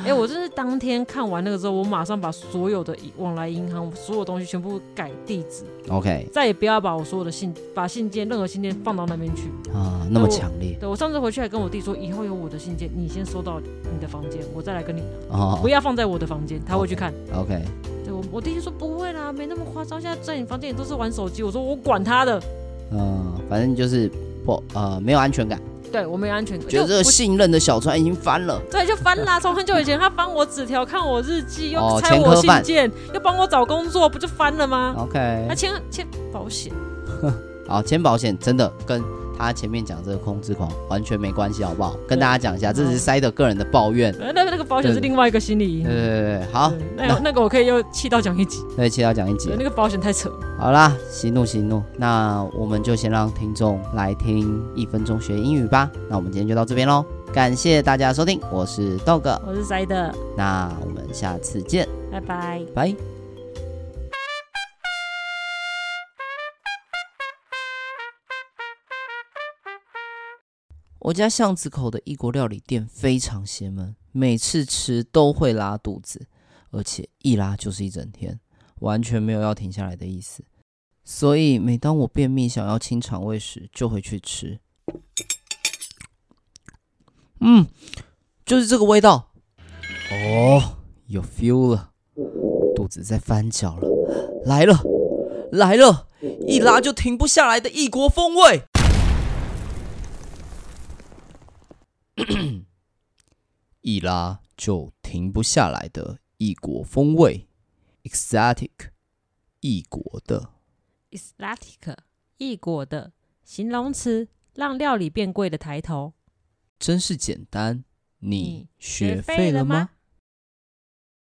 Speaker 2: 哎、我真是当天看完那个之后，我马上把所有的往来银行所有东西全部改地址，
Speaker 1: OK
Speaker 2: 再也不要把我所有的信、把信件、任何信件放到那边去。
Speaker 1: 啊，那么强烈
Speaker 2: 对我上次回去还跟我弟说，以后有我的信件，你先收到你的房间，我再来跟你拿，
Speaker 1: 哦
Speaker 2: 不要放在我的房间，他会去看。
Speaker 1: OK，
Speaker 2: 对我，我弟就说不会啦，没那么夸张，现在在你房间也都是玩手机。我说我管他的，
Speaker 1: 嗯、反正就是不呃没有安全感，
Speaker 2: 对我没有安全感，
Speaker 1: 觉得这
Speaker 2: 就
Speaker 1: 个
Speaker 2: 不
Speaker 1: 信任的小船已经翻了。
Speaker 2: 对，就翻啦！从很久以前，他翻我纸条，看我日记，
Speaker 1: 哦
Speaker 2: 又拆
Speaker 1: 前科
Speaker 2: 我信
Speaker 1: 犯
Speaker 2: 件，又帮我找工作，不就翻了吗？
Speaker 1: OK，
Speaker 2: 啊，签签保险，
Speaker 1: 好，签保险真的跟他前面讲这个控制狂完全没关系，好不好？跟大家讲一下，这只是塞的个人的抱怨。
Speaker 2: 呃那那个保险
Speaker 1: 对
Speaker 2: 是另外一个心理
Speaker 1: 对
Speaker 2: 阴
Speaker 1: 对
Speaker 2: 影。
Speaker 1: 对对，好，
Speaker 2: 对那那个我可以又气到讲一集，
Speaker 1: 那期要讲一集
Speaker 2: 对，。那个保险太扯了。
Speaker 1: 好啦，息怒息怒，那我们就先让听众来听一分钟学英语吧。那我们今天就到这边喽，感谢大家的收听，我是 Dog，
Speaker 2: 我是塞的，
Speaker 1: 那我们下次见，
Speaker 2: 拜拜。
Speaker 1: 拜。我家巷子口的异国料理店非常邪门，每次吃都会拉肚子，而且一拉就是一整天，完全没有要停下来的意思。所以每当我便秘想要清肠胃时，就会去吃。嗯，就是这个味道。哦，有 feel 了，肚子在翻搅了，来了，来了，一拉就停不下来的异国风味。 一拉就停不下来的异国风味，exotic，异国的。
Speaker 2: Exotic 异国的形容词，让料理变贵的抬头。
Speaker 1: 真是简单，你
Speaker 2: 学
Speaker 1: 学
Speaker 2: 废
Speaker 1: 废
Speaker 2: 了
Speaker 1: 了
Speaker 2: 吗
Speaker 1: 吗？